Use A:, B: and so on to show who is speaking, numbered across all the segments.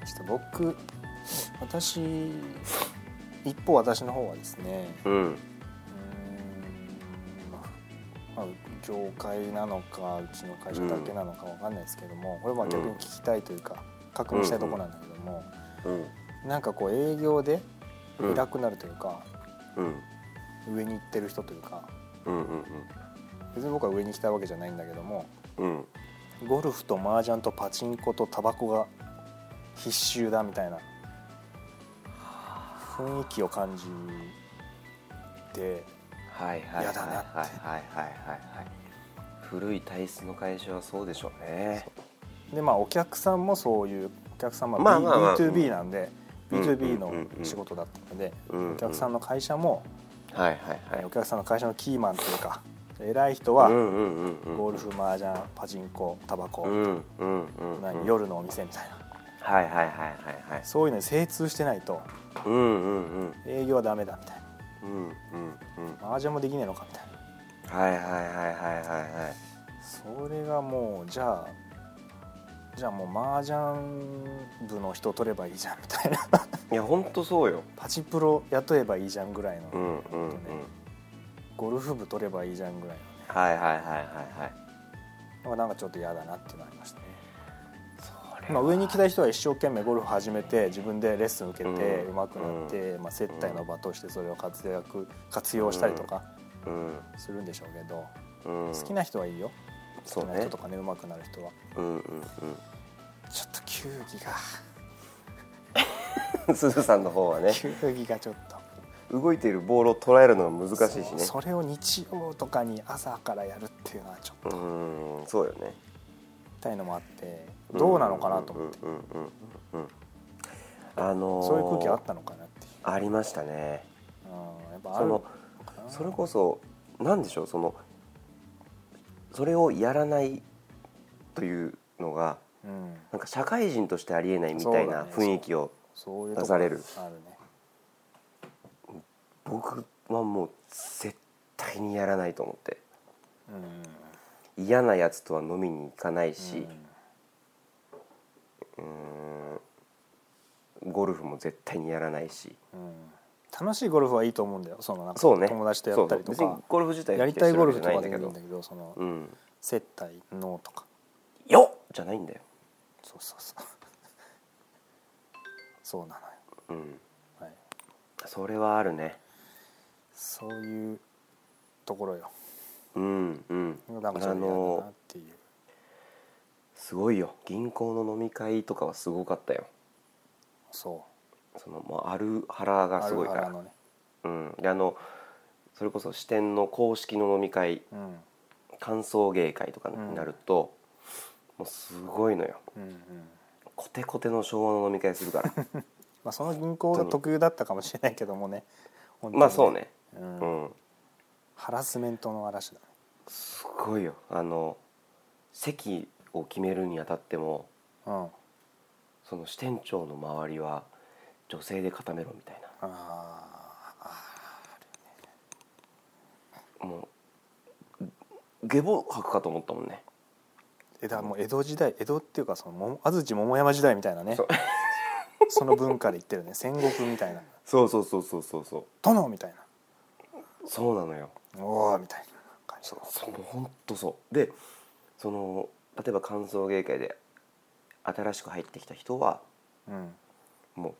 A: ました僕私一方私の方はですね
B: うん
A: うーんまあまあ業界なのかうちの会社だけなのかわかんないですけども、これは逆に聞きたいというか確認したいところなんだけども、
B: うん
A: なんかこう営業で
B: うん
A: 偉くなるというか、
B: うん
A: 上に行ってる人というか
B: うんうん
A: 別に僕は上に行きたいわけじゃないんだけども
B: うんうん
A: ゴルフと麻雀とパチンコとタバコが必修だみたいな雰囲気を感じて
B: はいはいはい
A: や
B: はい
A: だ
B: はい
A: なって
B: はいはいはい古い体質の会社はそうでしょうね
A: でまあお客さんもそういうお客様、
B: まあまあまあ
A: B2B なんで、
B: うん
A: B2B
B: うんうん
A: の
B: うん
A: 仕事だったので、
B: うん
A: お客さん
B: の
A: の会社も、
B: はいはいは
A: えー
B: い
A: お客さんの会社のキーマンというか偉い人
B: う
A: は
B: んうんうんうん
A: ゴルフ麻雀パチンコタバコ、
B: うんうんうん
A: 何
B: うん
A: 夜のお店みたいな
B: はいはいはいはいはい
A: そういうのに精通してないと
B: うんうんうん
A: 営業はダメだみたいな
B: うんうんうん
A: 麻雀もできねえのかみたいな
B: はいはいはいはいはいはい
A: それがもうじゃあじゃあもう麻雀部の人を取ればいいじゃんみたいな
B: いや本当そうよ
A: パチプロ雇えばいいじゃんぐらいの、
B: うんうんうん
A: ゴルフ部取ればいいじゃんぐらいのね
B: はいはいはいは
A: な
B: いはい
A: んかなんかちょっと嫌だなっていうのありましたね、
B: そ
A: まあ、上に来た人は一生懸命ゴルフ始めて自分でレッスン受けて
B: うん
A: 上手くなって、まあ、接待の場としてそれを活躍活用したりとか
B: うん
A: するんでしょうけど、
B: うん
A: 好きな人はいいよ好
B: そ
A: き
B: う
A: な
B: ね
A: 人とかね上手くなる人は
B: うんうん
A: ちょっと球技が
B: うんすずさんの方はね
A: 球技がちょっと
B: 動いているボールを捉えるのが難しいしね
A: そうそれを日曜とかに朝からやるっていうのはちょっと
B: うんそうよね
A: 痛いのもあってどうなのかなと思って、
B: うんうんうんうんうんあのー
A: そういう空気あったのかなっていう、
B: ありましたね
A: うん、やっぱあ
B: そ
A: る
B: のそれこそなんでしょうそのそれをやらないというのが
A: うん、
B: なんか社会人としてありえないみたいな
A: そうだね
B: 雰囲気を、
A: そういうとこ
B: 出される
A: あるね
B: 僕はもう絶対にやらないと思って
A: うん
B: 嫌なやつとは飲みに行かないし、うーんゴルフも絶対にやらないし
A: うんうん楽しいゴルフはいいと思うんだよそのなんか
B: そうね
A: 友達とやったりと
B: そうそ
A: か
B: う別にゴルフ自体
A: やりたいゴルフとか
B: 否定
A: ですき
B: る
A: る
B: わ
A: ん
B: け
A: だけどその、
B: じゃないんだけど、
A: 接待のとか
B: うん、よっじゃないんだよ、
A: そうそうそうそうなのよ、
B: うん、
A: はい、
B: それはあるね
A: そういうところよ
B: うんうん
A: なんかちょっと嫌だなっていう
B: すごいよ銀行の飲み会とかはすごかったよ
A: そ
B: そのもうあるハラ
A: う
B: がすごいか
A: あるあ
B: ら
A: るのね
B: うん、であのそれこそ支店の公式の飲み会
A: うん
B: 歓送迎会とかになると、もうすごいのよ
A: うんうん
B: コテコテの昭和の飲み会するから
A: まあその銀行が特有だったかもしれないけどもね本当に
B: まあそうね
A: うん
B: うん
A: ハラスメントの嵐だね
B: すごいよあの席を決めるにあたっても
A: うんあ
B: その支店長の周りは女性で固めろみたい
A: ーあ
B: なもう下坊吐くかと思ったもんね
A: ーえだからもう江戸時代江戸っていうかそのも安土桃山時代みたいなね
B: そ
A: そう の文化で言ってるね戦国みたいな
B: そうそうそうそうそうそう
A: 殿みたい
B: そうなのよ
A: なおおみたいな感じ
B: そう本当そうでその例えば歓送迎会で新しく入ってきた人は
A: うん
B: もう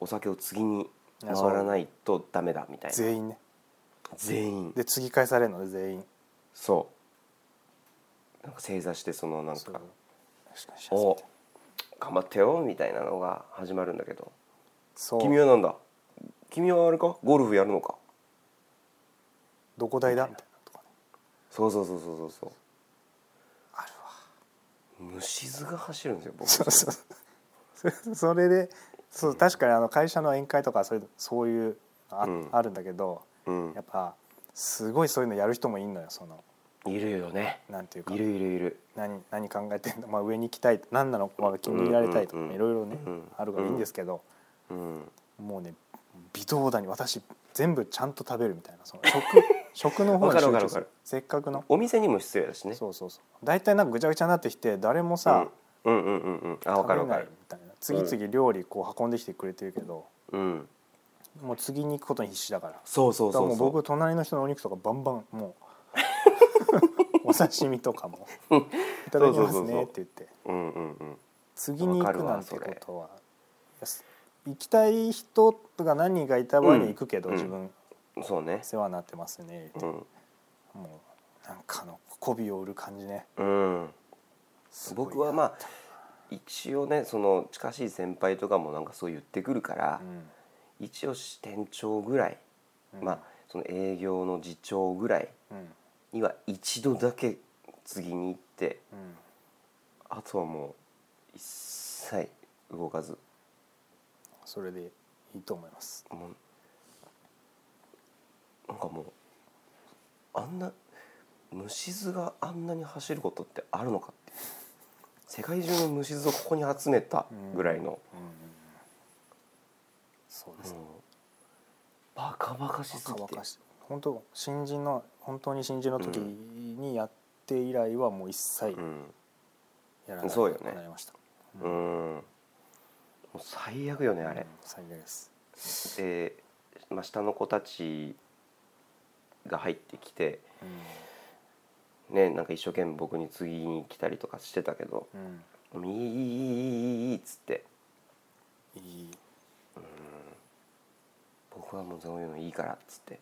B: お酒を次に
A: いや
B: 回
A: そう
B: らないとダメだみたいな
A: 全員ね
B: 全員
A: で継ぎ返されるので全員
B: そうなんか正座してそのなん
A: そう
B: か
A: しかし
B: 「お頑張ってよ」みたいなのが始まるんだけど
A: そ
B: 「君
A: う
B: はなんだ君はあれかゴルフやるのか
A: どこ代だみたいなとかね」
B: そうそうそうそうそうそう
A: あるわ
B: 虫図が走るんですよ僕
A: そうそうそ それでそう確かにあの会社の宴会とかそういうそういうのあ,、
B: うん
A: あるんだけど
B: うん
A: やっぱすごいそういうのやる人もいんのよその
B: いるよね
A: なんていうか
B: いるいるいる
A: 何何考えてんの、まあ、上に行きたい何なの、まあ、気に入られたいとか、
B: うんうんうん
A: いろいろね、
B: うん
A: あるからいいんですけど、
B: うん
A: もうね微動だに私全部ちゃんと食べるみたいなその 食食の方に
B: わか
A: 集
B: るわか
A: 中
B: る
A: す
B: わ
A: る
B: かる
A: せっかくの、
B: お店にも失礼だしね
A: そうそうそう大体なんかぐちゃぐちゃになってきて誰も
B: う
A: さ
B: ん、うんうんうんうんあわかる
A: 食べ
B: わかる
A: ないみたいな次々料理こう運んできてくれてるけど、
B: うん
A: もう次に行くことに必死だから
B: そうそう
A: だから
B: そ
A: も
B: う
A: う
B: そう
A: 僕隣の人のお肉とかバンバンも うお刺身とかも「いただきます
B: そうそうそうそう
A: ね」って言って
B: うんうんうん
A: 次に行くなんて
B: わ
A: こ
B: かるわ
A: とは行きたい人が何人かいた場合に行くけど、
B: うん
A: 自分
B: そうね
A: 世話になってますね、
B: うん
A: もうなんかあの媚びを売る感じね
B: うん僕はまあ一応ねその近しい先輩とかもなんかそう言ってくるから
A: う、ん
B: 一応支店長ぐらい、
A: うん
B: まあその営業の次長ぐらい
A: うん
B: には一度だけ次に行って
A: うん
B: あとはもう一切動かず
A: それでいいと思います
B: もうなんかもうあんな虫図があんなに走ることってあるのかって世界中の虫図をここに集めたぐらいの、
A: うんうんうんそうですね、
B: もうバカバカしす
A: 若
B: ぎて
A: 々しい本当新人の本当に新人の時にやって以来はもう一切
B: うん
A: やらな
B: そうよ
A: く
B: ね
A: なりました、
B: うんもう最悪よねあ
A: う
B: れ
A: ん、最悪です
B: で、まあ、下の子たちが入ってきてねなんか一生懸命僕に次に来たりとかしてたけど
A: うん、うん
B: 「いいいいいいいいいいいっつって
A: いい
B: 僕はもうそういうのいいからっつって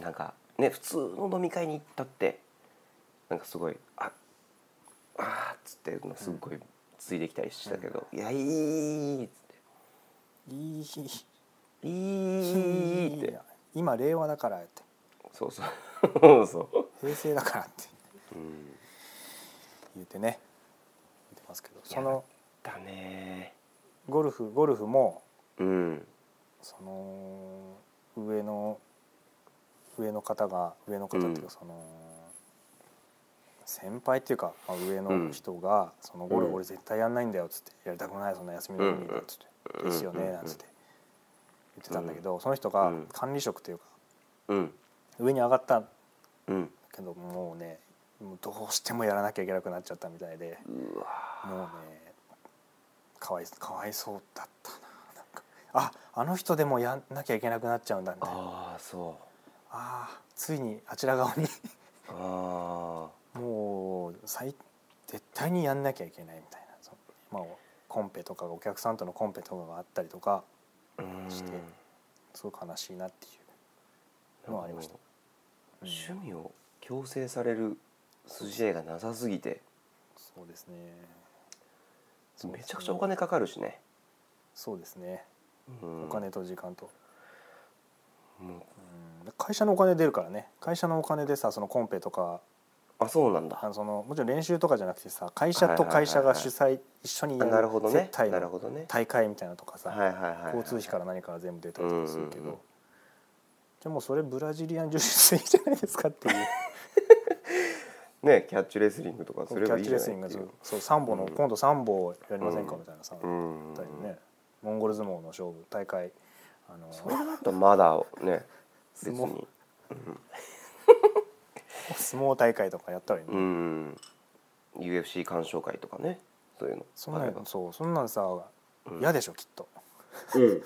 B: なんかね普通の飲み会に行ったってなんかすごい「ああーっつってすっごいついできたりしてたけど「いやいいいいい」っつっ
A: い
B: て
A: い
B: 「いいいいいい」って
A: 今令和だからって
B: そうそうそう
A: 平成だからって
B: うん
A: 言ってね言ってますけどその
B: だね
A: ゴルフゴルフも
B: うん
A: その上の上の方が上の方っていう
B: うん
A: かその、先輩っていうか、まあ、上の人が「そのゴル
B: うん
A: フ俺絶対やんないんだよ」っつって「やりたくないそんな休みの日に」っつって「
B: うん
A: ですよ
B: う
A: ね」
B: ん
A: なんつって言ってたんだけどその人が
B: うん
A: 管理職っていうか
B: うん
A: 上に上がった
B: うん
A: けどもうねもうどうしてもやらなきゃいけなくなっちゃったみたいで
B: うわ
A: もうねかわいかわいそうだったななんかああの人でもやんなきゃいけなくなっちゃうんだみたいな。
B: ああそ
A: ああついにあちら側に
B: うあ
A: もう最絶対にやんなきゃいけないみたいなその、まあ、コンペとかがお客さんとのコンペとかがあったりとか
B: あうん
A: してすごく悲しいなっていうのはありました。うん
B: 趣味を強制される筋合いがなさすぎて
A: そうですね
B: めちゃくちゃお金かかるしね、
A: そうですね
B: うん
A: お金と時間と、
B: もう
A: うん、会社のお金出るからね会社のお金でさそのコンペとか
B: あそうなん
A: あ
B: だ
A: のそのもちろん練習とかじゃなくてさ会社と会社が主催一緒にや
B: あな
A: る
B: るほど
A: 接
B: ね
A: 待
B: なる
A: の
B: ほどね
A: 大会みたいなのとかさ、
B: はいはいはいはい
A: 交通費から何から全部出たりとかするけど、
B: うんうんうん
A: じゃあもうそれブラジリアン柔術でいいじゃないですかっていう
B: ねキャッチレスリングとか
A: キ
B: す
A: ャ
B: ればい
A: ッ
B: い
A: チ
B: じゃ
A: レ
B: な
A: スリ
B: い
A: ン
B: っ
A: グが
B: て
A: そ
B: いうう
A: そう3本の、
B: うん
A: 今度3本やりませんか
B: うん
A: みたいなさ、
B: うんうん
A: だよねモンゴル相撲の勝負大会あの
B: それだとまだね別
A: 相撲
B: に
A: 相撲大会とかやったらいいの、
B: うん UFC 鑑賞会とかねそういうの
A: そんな
B: あれ
A: ん
B: ば
A: そうそんなんさ
B: うん
A: 嫌でしょきっと
B: うん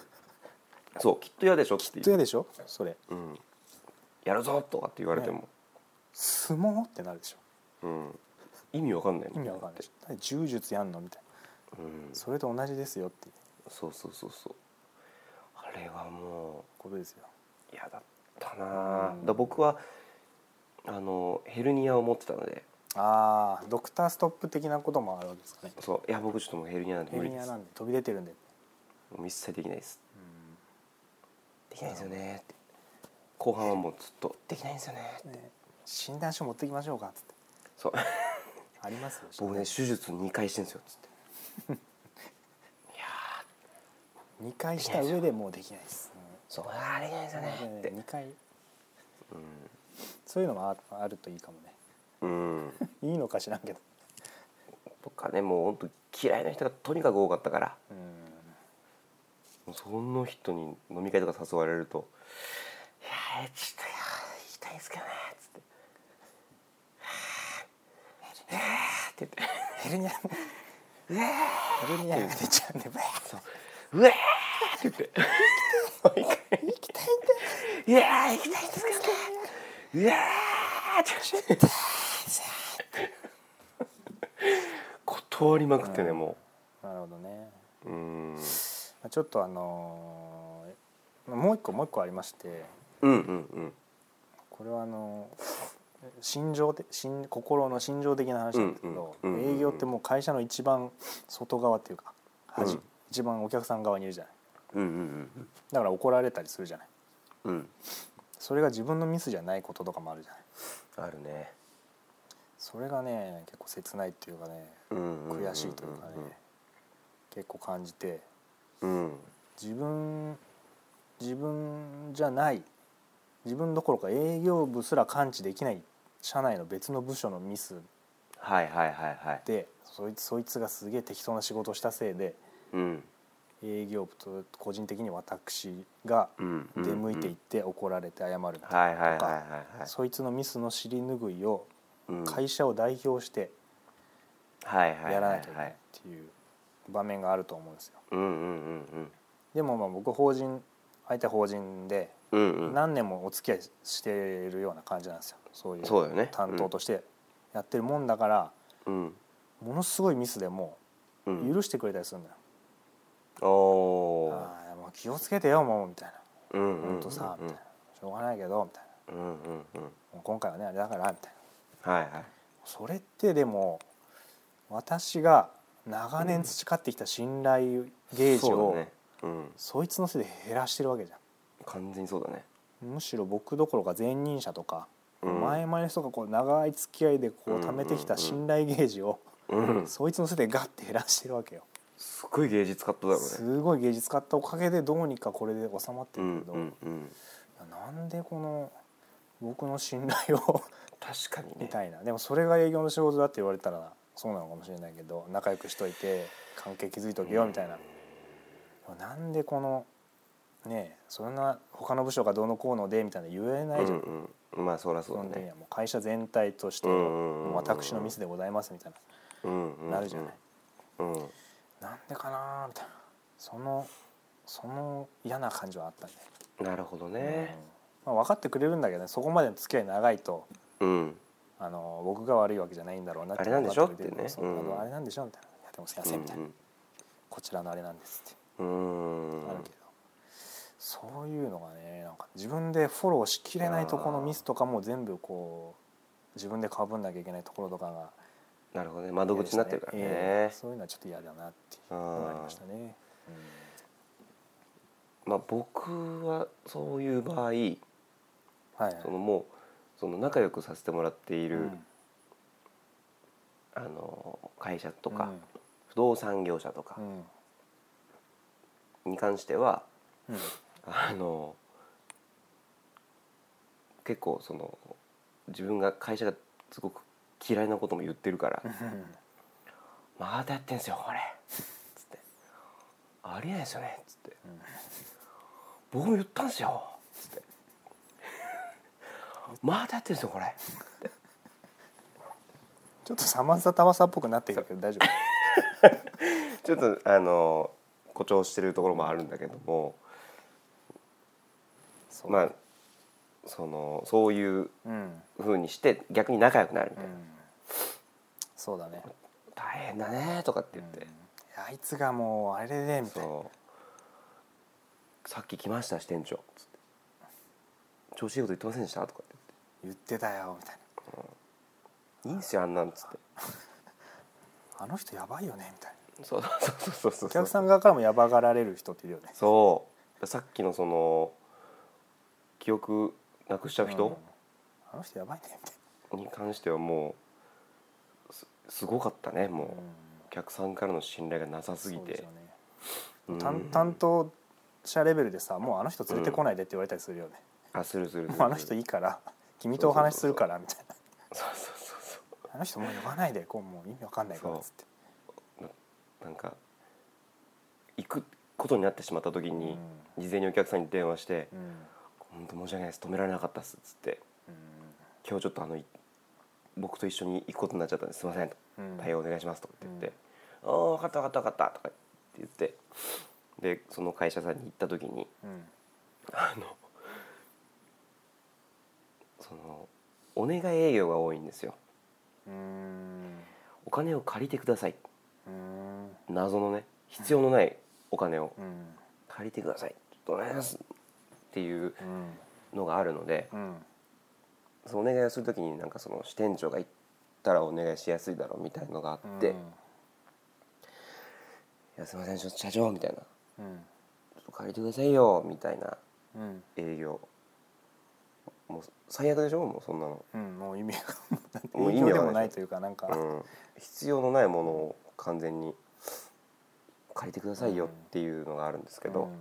B: そうきっと嫌でしょって
A: きっ
B: い
A: と嫌
B: う、
A: でしょそれ
B: うん、やるぞとかって言われても、
A: 相撲ってなるでしょ
B: うん、意味わかんないも
A: 意
B: ん
A: 味わかんないでしょ何柔術やんのみたいな
B: うん、
A: それと同じですよっていう
B: そうそうそうそうあれはも
A: ことですよ
B: う嫌だったなあ、
A: うん
B: だ僕はあのヘルニアを持ってたので
A: ああドクターストップ的なこともあるわけですかね
B: そういや僕ちょっともうヘルニアなんて
A: ヘ
B: 無
A: ル
B: 理
A: ニ
B: で
A: ア
B: す
A: な
B: も
A: んで飛び出てるんで、
B: う一切できないですできないですよねって後半はもうずっとできないんですよねって
A: ね診断書持ってきましょうかっつって
B: そう
A: ありますよ
B: 僕ね手術2回してんですよっつって
A: 2回した上でもうできないです、
B: そうあーできないですよね
A: うん
B: って
A: 2回そういうのもああるといいかもね
B: うん、うん、
A: いいのか知らんけど
B: とかねもう本当嫌いな人がとにかく多かったから
A: うん
B: もうその人に飲み会とか誘われると「いやーちょっといや行きたいですけどね」っつって「はあえーって言って
A: ヘルニア俺にやが出ちゃうねブエー
B: うわーって言って「行きたいんだいやー行きたいんですかねうわーって言って断りまくってねも
A: なるほどね、
B: ううーん
A: まあ、ちょっとあのーまあもう一個もう一個ありまして
B: うんうん
A: これはあのー心情で心心の心情的な話なんですけど、
B: うんうんうんうん
A: 営業ってもう会社の一番外側っていうか端、
B: うん
A: 一番お客さん側にいるじゃない
B: うんうんうん
A: だから怒られたりするじゃない
B: うんうん
A: それが自分のミスじゃないこととかもあるじゃない
B: あるね
A: それがね結構切ないっていうかね悔
B: 悔
A: しいというかね結構感じて
B: うん
A: 自分自分じゃない自分どころか営業部すら感知できない社内の別の部署のミス
B: はいはいはいはい
A: でそいつそいつがすげえ適当な仕事をしたせいで
B: うん
A: 営業部と個人的に私が
B: うん
A: 出向いていって怒られて謝るみたいな
B: はいはいはいはいはい
A: そいつのミスの尻拭いを
B: うん
A: 会社を代表して
B: はいはいはいはい
A: やらなきゃいけないっていう場面があると思うんですよ。
B: うんうんうん
A: でもまあ僕法人相手法人で
B: うんうんうん
A: 何年もお付き合いしているような感じなんですよそうい
B: そう
A: う
B: だよね
A: 担当としてやってるもんだから
B: うん
A: ものすごいミスでも
B: うん
A: 許してくれたりするんだよ。
B: おおー
A: ああもう気をつけてよもうみたい
B: うん
A: な
B: うん
A: 本当さみたいなしょうがないけどみたいな
B: うんうんうん
A: もう今回はねあれだからみたいな
B: はいはい
A: それってでも私が長年培ってきた信頼ゲージ
B: そう
A: を
B: だねうん
A: そいつのせいで減らしてるわけじゃん。
B: 完全にそうだね
A: むしろ僕どころか前任者とか、
B: うん
A: 前々の人がこう長い付き合いでこう
B: うん
A: 貯めてきた信頼ゲージを、
B: うん
A: そいつのせいでガッて減らしてるわけよ、
B: すごい芸術カットだろうね
A: すごい芸術家ったおかげでどうにかこれで収まって
B: う
A: る
B: ん
A: けど、
B: うんうん
A: なんでこの僕の信頼を
B: 確かに
A: み
B: ね
A: たいなでもそれが営業の仕事だって言われたらそうなのかもしれないけど仲良くしといて関係築いとけよみたいな、なんでこのねえそんな他の部署がどうのこうのでみたいな言えないじゃん
B: うんうんまあそりゃ
A: 基
B: そう
A: 本
B: だ
A: 的に
B: ね
A: はもう会社全体として
B: うんうんうんう
A: も
B: ん
A: う私のミスでございますみたい
B: うんうん
A: なん
B: う
A: なるじゃない、
B: うん
A: なんでかなーみたいなそのその嫌な感じはあったね、
B: なるほどね
A: うんまあ、分かってくれるんだけどねそこまでの付き合い長いと
B: うん
A: あの僕が悪いわけじゃないんだろうな
B: あれなんでしょ
A: 分かくれる
B: ってね
A: そう
B: うん
A: あのあれなんでしょみたいな「いやでもすいません」みたいな、こちらのあれなんです」って
B: うんうん
A: あるけど、そういうのがねなんか自分でフォローしきれないとこのミスとかも全部こう自分でかぶんなきゃいけないところとかが
B: なるほどね窓口になってるからね
A: そういうのはちょっと嫌だなっていうのがありましたね。
B: まあ僕はそういう場合
A: はいはい。
B: そのもうその仲良くさせてもらっていうる
A: ん
B: あの会社とか不動産業者とか
A: うん
B: に関しては
A: うん
B: あの結構その自分が会社がすごく嫌いなことも言ってるから「またやってんすよこれ」つって「ありえないですよね」つって
A: うん
B: 「僕も言ったんすよ」つって「またやってんすよこれ
A: ちょっとサマンサタワサっぽくなってきたけど大丈」
B: ちょっとあの誇張してるところもあるんだけども
A: 夫。
B: まあそのそういう
A: うん
B: ふうにして逆に仲良くなる
A: う
B: みたいな。
A: ん。そうだね。
B: 大変だねとかって言って、
A: うんあいつがもうあれでねみたいな。
B: そうさっき来ました支店長つって調子いいこと言ってませんでしたとかって
A: 言ってたよみたいな。
B: 言っていいんすよあんなんつって
A: あの人やばいよねみたいな。
B: そうそうそうそうそう
A: お客さん側からもやばがられる人っているよね。
B: そうさっきのその記憶なくしちゃう
A: うん
B: 人
A: あの人やばいねみたい
B: に関してはもうすすごかったねもう、
A: な。うん
B: お客さんからの信頼がなさすぎ
A: そうです
B: て
A: よね。
B: うん
A: 担担当者レベルでさもうあの人連れてこないでって言われたりするよね、
B: あするするす る
A: もうあの人いい から君とお話しするからみたいな
B: そうそうそうそう
A: あの人もう呼ばないでこうもう意味わかんないからっつって
B: なんか行くことになってしまった時に、
A: う
B: 事前にお客さんに電話して
A: うん、
B: 「本当申し訳ないです止められなかったっす」っつって「今日ちょっとあのい僕と一緒に行くことになっちゃったんですすいません」と
A: うん
B: 対応お願いします」とかって言って「ああ分かった分かった分かった」とかって言ってでその会社さんに行った時に
A: うん
B: あのそのお願い営業が多いんですよ
A: うーん
B: お金を借りてくださいう
A: ーん
B: 謎のね必要のないお金を
A: うん
B: 借りてくださいちょっとお願いしますっていう
A: うん
B: のがあるので
A: うん
B: そのお願いをする時になんかその支店長が行ったらお願いしやすいだろうみたいのがあって「いやすいませんちょっと社長」みたいな「ち
A: う
B: ょ
A: ん
B: っと借りてくださいよ」みたいな
A: うん
B: 営業もう最悪でしょもうそんなの、
A: うんもう意味が
B: もう
A: 影
B: 意
A: 響
B: 味わ
A: で
B: かんない
A: もないというかなんか、
B: うん、必要のないものを完全に借りてくださいよっていうのがあるんですけど、
A: うん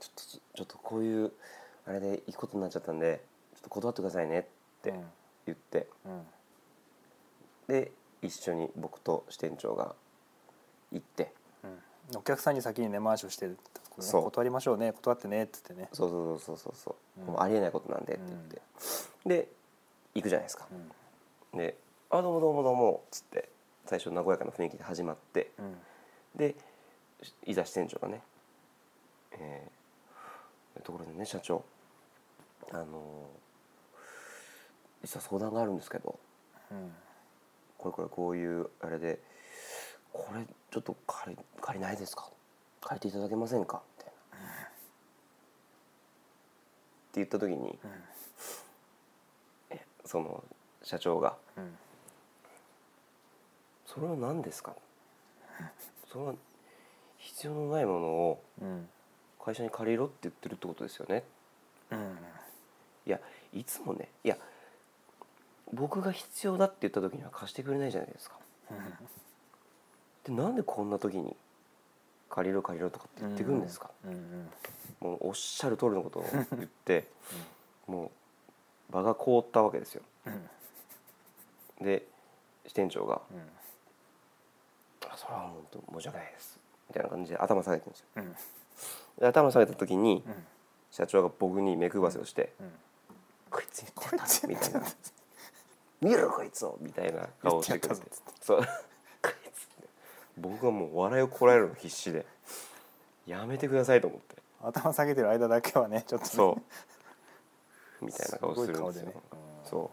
B: ちょっとちょっとこういうあれで行くことになっちゃったんでちょっと断ってくださいねって言って
A: うん
B: で一緒に僕と支店長が行って
A: うん、お客さんに先に根回しをしてるってことね
B: そう
A: 断りましょうね断ってねっつってね、
B: そうそうそうそうそううんもうありえないことなんでって言って、で行くじゃないですか
A: う、ん
B: で「あどうもどうもどうも」っつって最初和やかな雰囲気で始まって
A: うん
B: でしいざ支店長がね、えーところでね社長あのー実は相談があるんですけど
A: うん
B: これこれこういうあれでこれちょっと借り借りないですか借りていただけませんかみたいな。って言った時にその社長が
A: うん
B: 「それは何ですか?」それは必要のないものを
A: うん
B: 会社に借りろって言ってるってことですよね
A: うん
B: いやいつもねいや僕が必要だって言った時には貸してくれないじゃないですかでなんでこんな時に借りろ借りろとかって言ってくるんですか、
A: うんうん
B: もうおっしゃる通りのことを言 って、もう場が凍ったわけですよ
A: うん
B: で支店長が
A: うん
B: 「あそれは本当申し訳ないです」みたいな感じで頭下げてるんですよ
A: うん
B: で頭下げた時に
A: うん
B: 社長が僕に目配せをして
A: うん
B: 「こいつにこれだ」みたいな「見ろこいつを」みたいな顔をしてくれて
A: 言ってやったぞ
B: そうこいつって僕はもう笑いをこらえるの必死でやめてくださいと思って
A: 頭下げてる間だけはねちょっとね
B: そうみたいな顔するんですよ
A: すごい顔でねうん
B: そうっ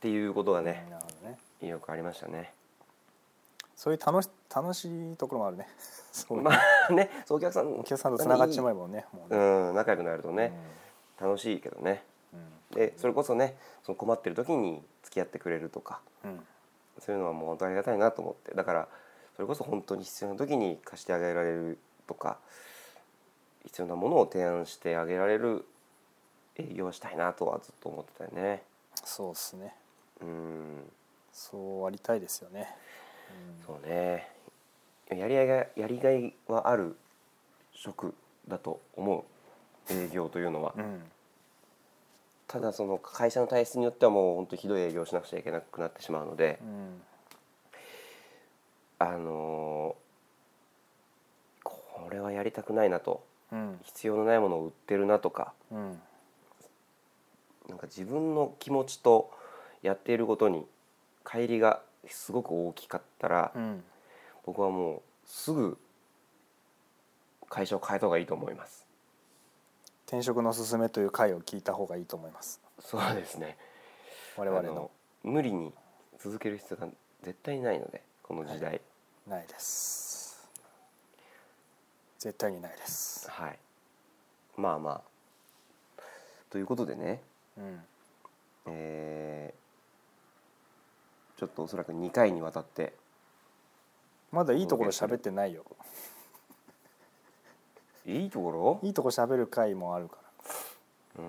B: ていうことがね
A: なるほどね
B: よくありましたね
A: そういう楽し楽しいところもあるねそういう、
B: まあねそうお客さんお
A: お客さんとつながっちまえばねもう
B: う
A: ね
B: ん仲良くなるとね、楽しいけどねでそれこそねその困ってる時に付き合ってくれるとか
A: うんうん
B: そういうのはもう本当にありがたいなと思ってだからそれこそ本当に必要な時に貸してあげられるとか必要なものを提案してあげられる営業をしたいなとはずっと思ってたよね
A: そうですね
B: うん
A: そうありたいですよね、
B: そうねやりがいがやりがいはある職だと思う営業というのは、
A: うんうん、
B: ただその会社の体質によってはもう本当ひどい営業をしなくちゃいけなくなってしまうので
A: う、ん
B: あのーこれはやりたくないなと
A: うん
B: 必要のないものを売ってるなとか
A: うん
B: なんか自分の気持ちとやっていることに乖離がすごく大きかったら、
A: うん
B: 僕はもうすぐ会社を変えた方がいいと思います。
A: 転職のすすめという回を聞いた方がいいと思います
B: そうですね
A: 我々
B: あ
A: の
B: の無理に続ける必要が絶対にないのでこの時代
A: ないです絶対にないです
B: はい、まあまあということでね
A: うん
B: えーちょっとおそらく2回にわたって
A: まだいいところ喋ってないよ
B: いいところ
A: いいとこ喋る回もあるから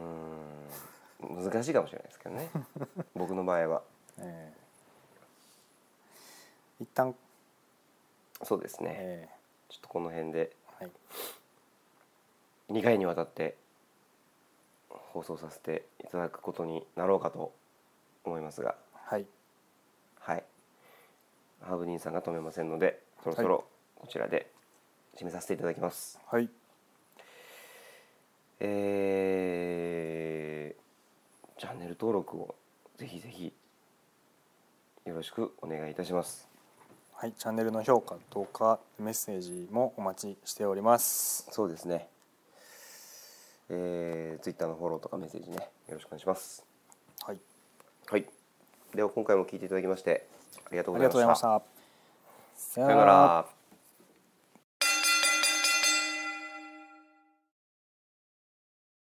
B: うーん難しいかもしれないですけどね 僕の場合は
A: ええ一旦
B: そうですね、
A: え
B: ちょっとこの辺で
A: えはい
B: 2回にわたって放送させていただくことになろうかと思いますが
A: はい
B: はいハーブ兄さんが止めませんのでそろそろこちらで締めさせていただきます、
A: はい
B: えーチャンネル登録をぜひぜひよろしくお願いいたします
A: はい、チャンネルの評価とかメッセージもお待ちしております。
B: そうですねえー、ツイッターのフォローとかメッセージねよろしくお願いします
A: はい、
B: はいでは今回も聞いていただきましてありがとう
A: あ
B: ご
A: り
B: ざい
A: がとう
B: ま
A: ございま
B: し
A: したた。さ
B: さようなら